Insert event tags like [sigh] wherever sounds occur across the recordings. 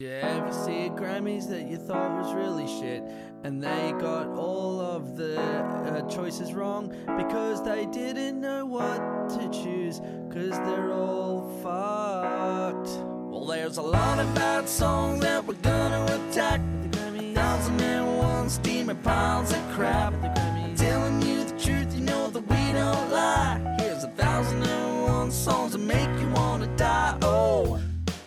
Yeah, if you see at Grammys that you thought was really shit, and they got all of the uh, choices wrong because they didn't know what to choose, because they're all fucked. Well, there's a lot of bad songs that we're gonna attack. The Grammys. Thousand and one steaming piles of crap. The Grammys. Telling you the truth, you know that we don't lie. Here's a thousand and one songs that make you wanna die. Oh.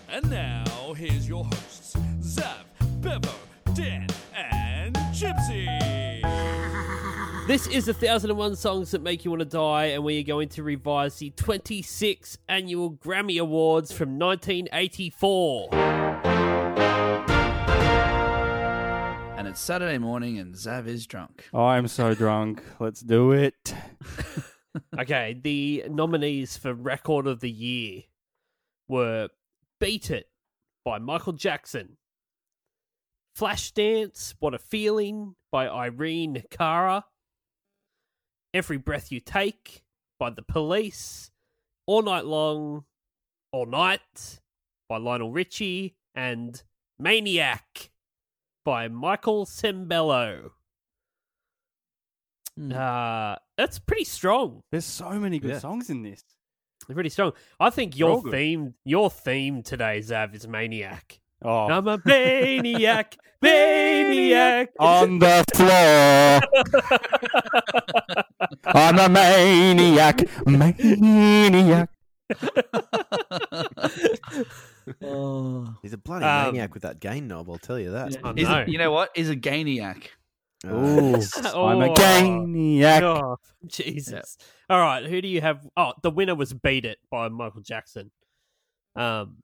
And now, here's your hosts, Zav, Bevo, Dan, and Gypsy. This is the 1001 Songs That Make You Want to Die, and we are going to revise the 26th Annual Grammy Awards from 1984. And it's Saturday morning and Zav is [laughs] drunk. I'm so drunk. Let's do it. Okay, the nominees for Record of the Year were Beat It by Michael Jackson, Flashdance, What a Feeling by Irene Cara, Every Breath You Take by The Police, All Night Long, All Night by Lionel Richie, and Maniac by Michael Sembello. Hmm. Uh, that's pretty strong. There's so many good Yeah. songs in this. Pretty strong. I think your all good. theme, your theme today, Zav, is maniac. Oh, I'm a [laughs] maniac, maniac. on the floor. I'm a maniac, maniac. Oh. He's a bloody Um, maniac with that gain knob, I'll tell you that. I Is know. it, you know what? Is a ganiac. Uh, Ooh, I'm a Oh. maniac. Oh, Jesus. All right, who do you have? Oh, the winner was "Beat It" by Michael Jackson. Um,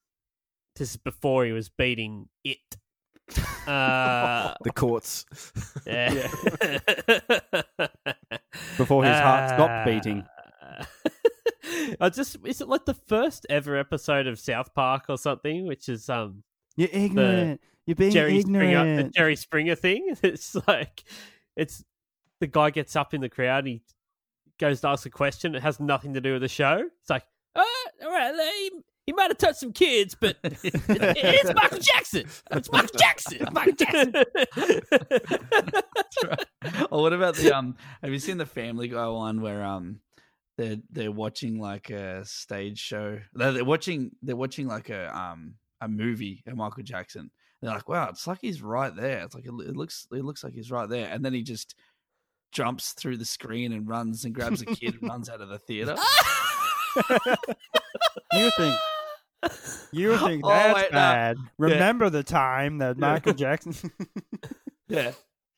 this is before he was beating it. [laughs] Uh, [laughs] the courts. yeah. [laughs] Before his heart stopped beating. Ah. [laughs] I just is it like the first ever episode of South Park or something, which is um You're ignorant. You're being Jerry Springer, the ignorant. Jerry Springer thing. [laughs] It's like, it's the guy gets up in the crowd, he goes to ask a question. It has nothing to do with the show. It's like, oh, all right, he, he might have touched some kids, but [laughs] it- it's Michael Jackson. It's Michael Jackson. It's Michael Jackson. [laughs] [laughs] [laughs] or what about the um? Have you seen the Family Guy one where um, they're they're watching like a stage show. No, they're watching they're watching like a um a movie of Michael Jackson. They're like, wow, it's like he's right there. It's like it, it looks it looks like he's right there, and then he just jumps through the screen and runs and grabs a kid and runs out of the theater. You think you think Oh, that's wait, no. bad. Remember the time that Michael Jackson yeah,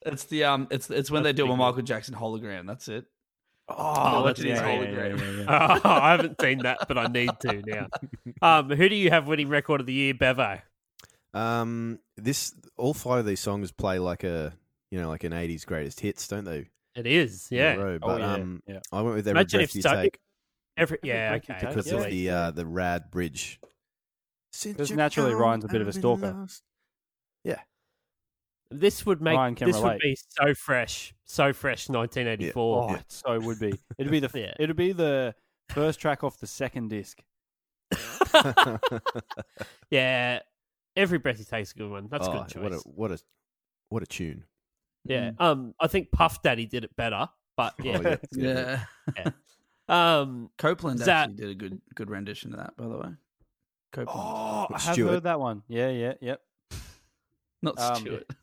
it's the um, it's it's when they do a Michael Jackson hologram. That's it. Oh, that's yeah, his yeah, hologram. yeah, yeah, yeah. oh, [laughs] I haven't seen that, but I need to [laughs] now. Um, who do you have winning record of the year, Bevo? Um, this all five of these songs play like a you know like an '80s greatest hits, don't they? It is, in a yeah. row? But Oh, yeah, um, yeah. I went with every Imagine breath if you so. take Every, yeah, Every okay. Breath You because Take, of yeah. the uh, the rad bridge. Since Because you're naturally gone, Ryan's a bit of a I've been stalker. lost. This would make Ryan can this would relate. be so fresh, so fresh. Nineteen eighty Oh, four. it so would be. It'd be the Yeah. it'd be the first track off the second disc. Yeah, every breath he takes, a good one. [laughs] That's a [laughs] Oh, good choice. What a what a what a tune! Yeah, um, I think Puff Daddy did it better, but [laughs] yeah, Oh, yeah. it's gonna be- Yeah. um, Copeland Zat- actually did a good good rendition of that, by the way. Copeland, Oh, I have Stuart. heard that one. Yeah, yeah, yep. not um, Stewart. [laughs]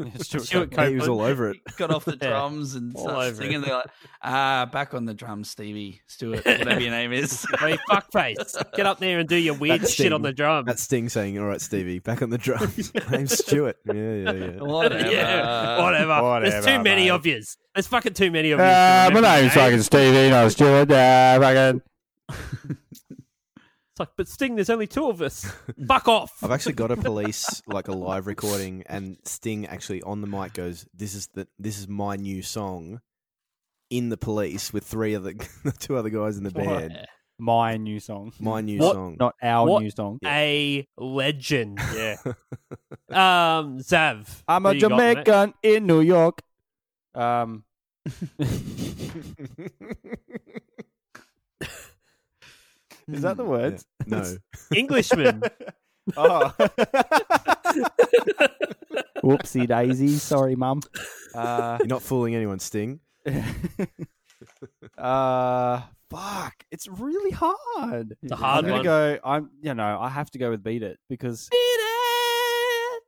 Yeah, Stuart Stuart Copeland. he was all over it. [laughs] He got [laughs] off the Yeah. drums and All started over singing. it. They're like, ah, back on the drums, Stevie Stewart, whatever your name is. hey, fuckface, get up there and do your weird That's shit on the Sting. drum. That's Sting saying, "All right, Stevie, back on the drums." [laughs] Name's Stewart. Yeah, [laughs] yeah, [laughs] yeah. [laughs] whatever. [laughs] yeah, whatever. There's too Whatever, many mate. of yous. There's fucking too many of yous. Uh, to my remember name's your name. fucking Stevie, no Stuart. Uh, fucking. It's like, but Sting, there's only two of [laughs] us. Fuck off. I've actually got a police like a live recording, and Sting actually on the mic goes, "This is the this is my new song." In the police with three other, [laughs] two other guys in the band. My new song, My new What? song. [laughs] not our What? new song. A legend. [laughs] Yeah. um, Zav. I'm who a you got, mate? Jamaican [laughs] in New York. Um, is that the words? No, Englishman. Oh, [laughs] Whoopsie daisy. Sorry, mum. Uh, You're not fooling anyone, Sting. [laughs] uh, fuck. It's really hard. a hard I'm gonna one. go. I'm. You know, I have to go with beat it because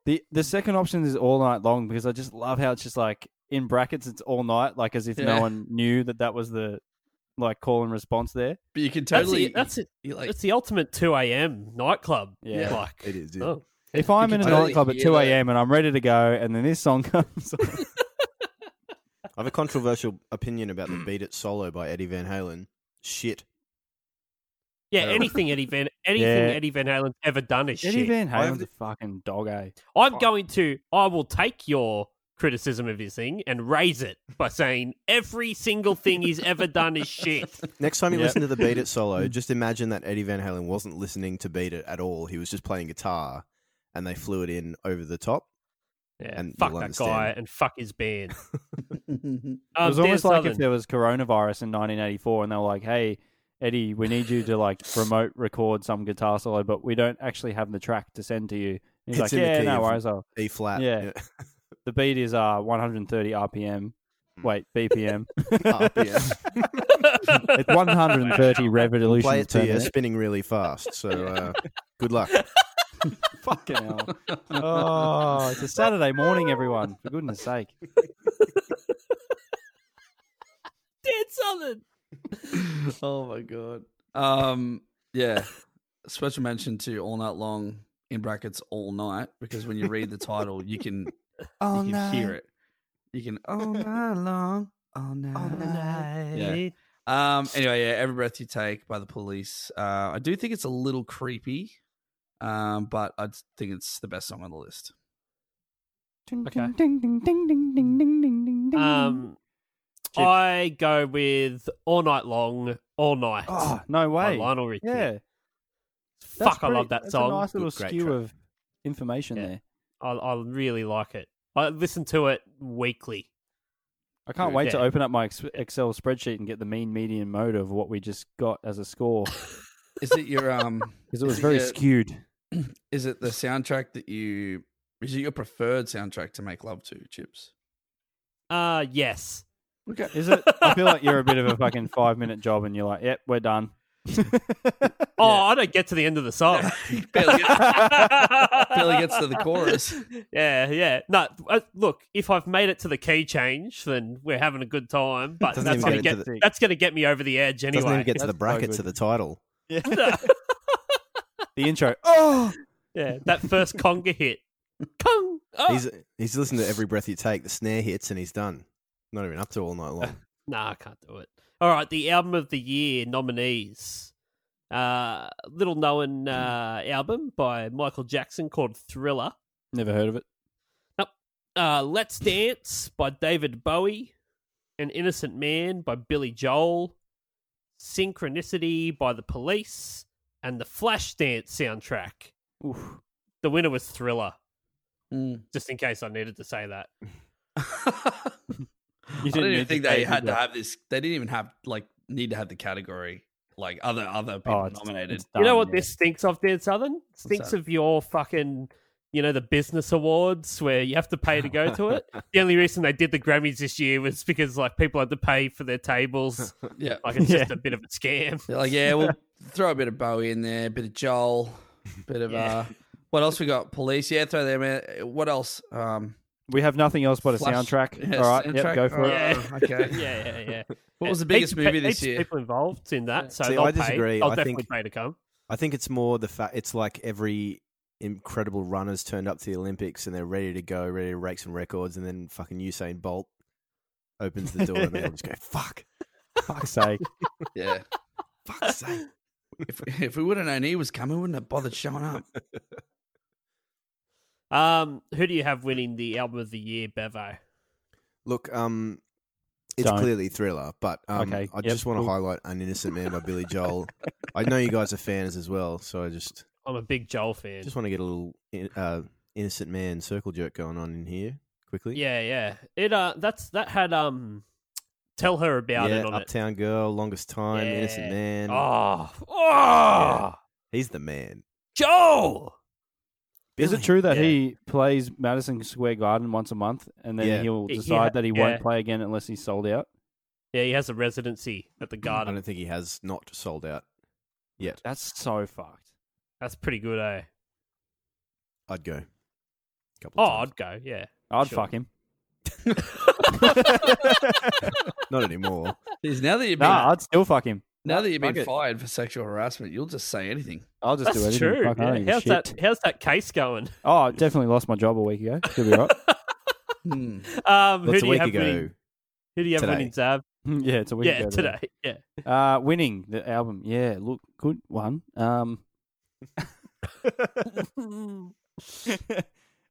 the the second option is all night long because I just love how it's just like in brackets it's all night like as if Yeah. no one knew that that was the like call and response there. But you can That's totally. the- that's it. you like, It's the ultimate 2 a.m. nightclub. Yeah. Like, It is. Yeah. oh, If I'm in a can totally nightclub at hear 2 that. a.m. and I'm ready to go, and then this song [laughs] comes on. I have a controversial opinion about the "Beat It" solo by Eddie Van Halen. Shit. yeah, Terrible. anything Eddie Van anything Yeah. Eddie Van Halen's ever done is Eddie shit. Van I have Halen's the- a fucking dog, eh? I'm going to I will take your criticism of his thing and raise it by saying every single thing he's ever done is shit. Next time you Yeah. listen to the "Beat [laughs] It" solo, just imagine that Eddie Van Halen wasn't listening to "Beat It" at all. He was just playing guitar, and they flew it in over the top. Yeah, And fuck you'll that understand. guy and fuck his band. [laughs] um, It was Dan almost like Southern. if there was coronavirus in 1984, and they were like, "Hey, Eddie, we need you [laughs] to like remote record some guitar solo, but we don't actually have the track to send to you." And he's It's like, in the "Yeah, key no of- worries. I'll, E flat. Yeah. the beat is uh 130 RPM. Hmm. Wait, [laughs] BPM. Up, yeah. [laughs] it's 130 revolutions. [laughs] Play it per to you, minute. spinning really fast. [laughs] So uh, good luck. Fucking hell. [laughs] Oh, it's a Saturday morning, everyone. For goodness sake. Dan Southern. oh my god. Um. Yeah. Special mention to all night long in brackets all night because when you read the title, you can All you can hear night, it. You can all night long, all night. all night. Yeah. Um. Anyway, yeah. Every breath you take by the police. Uh, I do think it's a little creepy. Um, but I think it's the best song on the list. Okay. Ding, ding, ding, ding, ding, ding, ding, ding, ding. Um I go with All Night Long, All Night. Oh, no by way. Lionel Richie. Yeah. Fuck, That's I love great. that That's song. A nice little Good, great skew track. of information Yeah. there. I, I really like it. I listen to it weekly. I can't Good. wait to Yeah. open up my ex- Excel spreadsheet and get the mean, median, mode of what we just got as [laughs] a score Is it your [laughs] um? [clears throat] because it was very Yeah. skewed. is it the soundtrack that you? Is it your preferred soundtrack to make love to? [laughs] Chips. [laughs] Uh yes. Okay. Is it? I feel like you're a [laughs] bit of a fucking five minute job, and you're like, "Yep, [laughs] we're done." Oh, I don't get to the end of the song. barely, [laughs] gets, barely gets to the chorus. Yeah, yeah. No, uh, look, if I've made it to the key change, then we're having a good time. But Doesn't that's even gonna get get, into the- that's gonna get me over the edge Doesn't anyway. even get to the That's so brackets of good. the title. [laughs] Yeah. [laughs] the intro. Oh, yeah, that first conga hit. Kong. Oh. He's he's listened to every breath you take. The snare hits and he's done. Not even up to all [laughs] night long. Nah, I can't do it. All right, the album of the year nominees. Uh, little known uh, album by Michael Jackson called Thriller. never heard of it. Uh, Let's Dance by David Bowie. An Innocent Man by Billy Joel. Synchronicity by The Police. And the Flashdance soundtrack. Oof. The winner was Thriller, Mm. just in case I needed to say that. [laughs] I You didn't even need think to they say it, had did to you? have this. They didn't even have like need to have the category like other other people [laughs] Oh, it's, nominated. it's you know done, what yeah. this stinks of, Dan Southern? Stinks that? of your fucking, you know, the business awards where you have to pay to go to it. the only reason they did the Grammys this year was because like people had to pay for their tables. yeah, Like it's just a bit of a scam. They're like yeah, we'll throw a bit of Bowie in there, a bit of Joel, a bit of [laughs] Yeah. uh, what else we got? Police, yeah, throw them in. What else? Um, We have nothing else but a Flash- soundtrack. yeah, All right, soundtrack. yep, go for All it. right. Yeah. Oh, okay. [laughs] yeah, yeah, yeah. what was the Each- biggest movie each this year? People involved in that, so See, they'll I disagree. Pay. I'll I definitely think- pay to come. I think it's more the fact it's like every incredible runner's turned up to the Olympics and they're ready to go, ready to rake some records, and then fucking Usain Bolt opens the door and they all just go, [laughs] "Fuck, Oh. Fuck's sake. Yeah, fuck's sake." if if we would have known he was coming, we wouldn't have bothered showing up. Um, who do you have winning the album of the year, Bevo? Look, um, it's Don't. clearly thriller, but um, Okay, I yep, just want to cool. highlight "An Innocent Man" by Billy Joel. I know you guys are fans as well, so I just I'm a big Joel fan. just want to get a little uh, innocent man circle jerk going on in here quickly. Yeah, yeah. It uh, that's that had um, tell her about Yeah, it Ah, on Uptown Girl, Longest Time, Innocent Yeah. Man. it. Oh, oh, He's the man. Joel. Really? Is it true that Yeah. he plays Madison Square Garden once a month and then Yeah. he'll He- he decide ha- that he yeah. won't play again unless he's sold out? Yeah, he has a residency at Mm, the I garden. don't think he has not sold out. That's so fucked. That's pretty good, eh? I'd go. Couple Oh, of I'd go. Yeah. I'd Sure. fuck him. times. not anymore. Because now that you've been, Nah, I'd still fuck him. now that you've been fuck it. fired for sexual harassment, you'll just say anything. I'll just do That's anything. true. Fuck, I yeah. don't give a How's shit. that? How's that case going? [laughs] Oh, I definitely lost my job a week ago. Should be [laughs] right. [laughs] Hmm. Um, who What's do a you week have ago? winning? Who do you have Today. winning, Zab? yeah, it's a week Yeah, ago. today. Yeah. Uh, winning the album. Yeah, look, good one. Um, [laughs]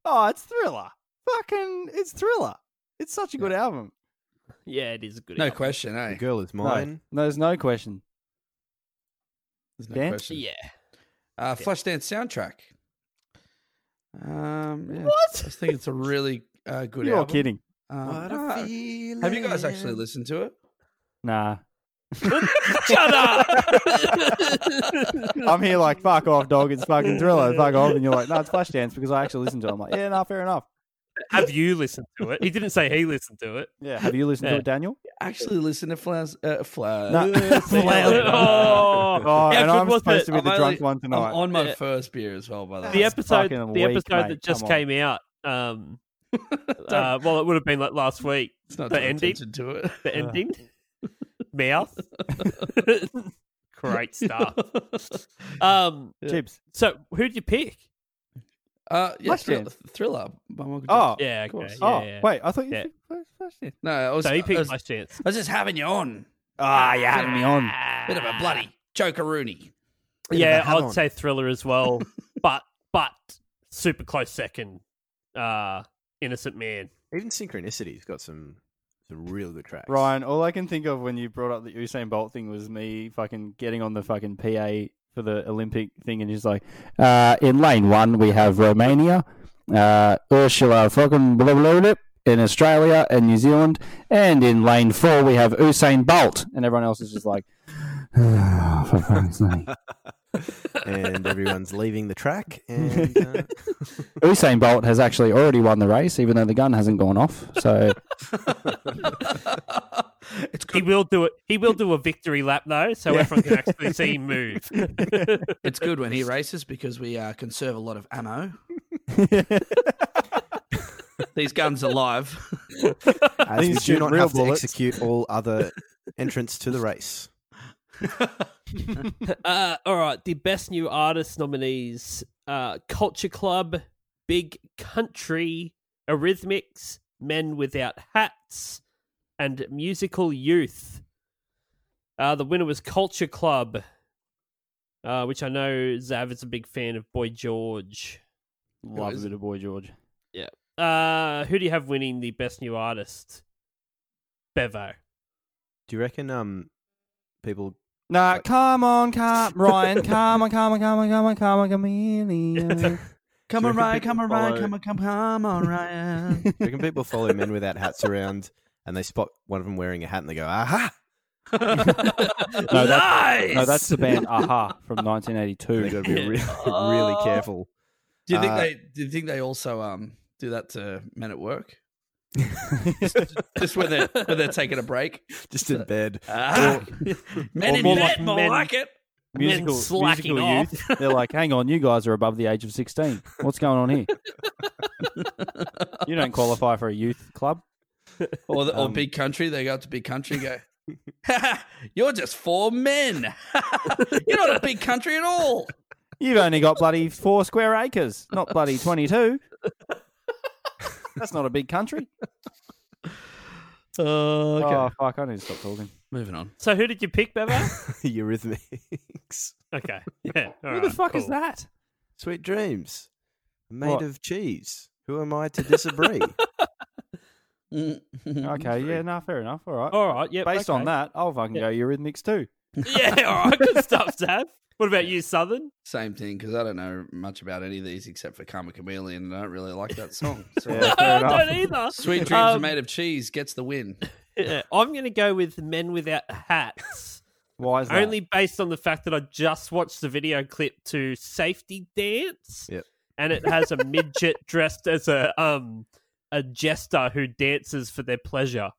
oh, it's Thriller. Fucking, it's Thriller. It's such a good album. [laughs] Yeah, it is a good. No album. question, eh? The girl is No, mine. No, there's no question. There's no Dan? question. Yeah. [laughs] Uh, Flashdance soundtrack. Um, yeah. What? I just think it's a really uh, good You're album. kidding. Um, no. Have you guys actually listened to it? Nah. Shut up. [laughs] I'm here like, fuck off, dog. It's fucking Thriller. Fuck off. And you're like, no, it's Flashdance because I actually listened to it. I'm like, yeah, nah, fair enough. have you listened to it? He didn't say he listened to it. Yeah. Have you listened Yeah. to it, Daniel? Actually, listen to Flash. Uh, Flash. [laughs] No. [laughs] Oh, [laughs] Oh, How and good I'm was supposed it? to be the I'm drunk only- one I'm tonight. on my Yeah. first beer as well, by the the way. That's episode, the fucking weak, episode mate. that just Come on. came out. [laughs] Um, uh, well, it would have been like last week. It's not the paying ending? attention to it. The [laughs] ending, mouth. [laughs] Great [laughs] stuff. Um, Chips. so who'd you pick? Uh, yeah, Flash thriller, Dance. thriller by Michael Oh. Jackson. Yeah, of okay. course. Yeah, oh, yeah. wait. I thought you Yeah. picked Flash- Flashdance. No, I was, So he I, was, picked I my chance. was just having you on. Ah, you had me on. Bit of a Ah. bloody joker Rooney. Yeah, have I'd on. say thriller [laughs] as well, but but super close second. Uh, innocent man. Even Synchronicity's got some some real good tracks. Ryan, all I can think of when you brought up the Usain Bolt thing was me fucking getting on the fucking PA for the Olympic thing, and he's like, uh, in lane one we have Romania, uh, Ursula fucking blah blah blah in Australia and New Zealand, and in lane four we have Usain Bolt, and everyone else is just like, [sighs] "Oh, for fuck's [laughs] sake." and everyone's leaving the [laughs] track. And uh, Usain Bolt has actually already won the race, even though the gun hasn't gone off. [laughs] So it's He good. will do it. He will do a victory lap though, so everyone can actually see [laughs] him move. [laughs] It's good when he races because we uh, conserve a lot of ammo. These guns are live. as we These do shoot not real have bullets. to execute all [laughs] other entrants to the race. Uh, all right, the best new artist nominees: uh, Culture Club, Big Country, Arrhythmics, Men Without Hats, and Musical Youth. Uh, the winner was Culture Club, uh, which I know Zav is a big fan of Boy George. love a bit of boy George. Uh, who do you have winning the best new artist? Bevo. Do you reckon um people? Nah, Like- come on, [laughs] come Ryan, come on, come on, come on, come on, come on, Come come on. Do you on, reckon Ryan. Come people on, Ryan. follow- Come on, come, come on, Ryan. Do you reckon people follow [laughs] men without hats around and they spot one of them wearing a hat and they go, aha! No, nice. No, that's the band Aha from [laughs] 1982. [laughs] They've got to be really, really careful. do you think Uh, they? Do you think they also um do that to men at [laughs] work? Just when they're when they're taking a [laughs] break. Just in bed. Ah, men or in more bed, like more men- like it. musical, slacking musical off. youth. They're like, hang on, you guys are above the age of 16. What's going [laughs] on here? you don't qualify for a youth club. Or, the, or Um, big country, they go up to big country and go, [laughs] "Ha, "You're just four men. [laughs] You're not a big country at [laughs] all." You've only got bloody four square acres, not bloody 22. That's not a big country. Oh, fuck, I need to stop talking. Moving on. [laughs] So who did you pick, Bevo? [laughs] [laughs] Eurythmics. okay. Yeah. all Who the right, fuck is cool. that? Sweet dreams. Made What? of cheese. Who am I to [laughs] disagree? Mm-hmm. Okay, yeah, nah, fair enough. All right. All [laughs] right. Yeah. Based on that, I'll fucking go Eurythmics too. [laughs] Yeah. All right. Good stuff, Zab. What about you, Southern? Same thing because I don't know much about any of these except for Karma Chameleon, and I don't really like that [laughs] song. So Yeah. [laughs] Fair [laughs] I enough. don't either. Sweet Dreams Are Um, Made of Cheese gets the win. yeah, I'm going to go with Men Without Hats, Why is that? only based on the fact that I just watched the video clip to Safety Dance. Yep. and it has a midget dressed as a um a jester who dances for their pleasure.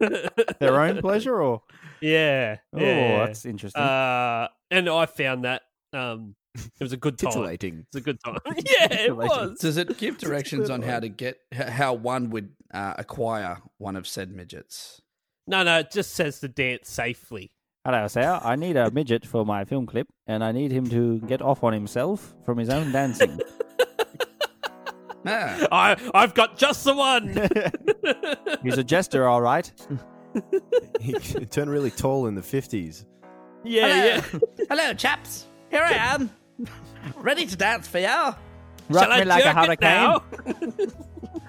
[laughs] Their own pleasure, or yeah, oh, yeah. that's interesting. Uh, and I found that um, it was a good time. It Titillating. [laughs] was a good time. [laughs] yeah, it Titillating. was. Does [laughs] it give directions on how to get h- how one would uh, acquire one of said midgets? No, no, it just says to dance safely. Hello, sir. I need a midget for my film clip, and I need him to get off on himself from his own dancing. Ah, I, I've got just the one. [laughs] He's a jester, [laughs] all right. He [laughs] turned really tall in the 50s. yeah, [laughs] yeah. hello, chaps. Here I am, [laughs] ready to dance for you. Rock Shall I me like a jerk it hurricane. now? All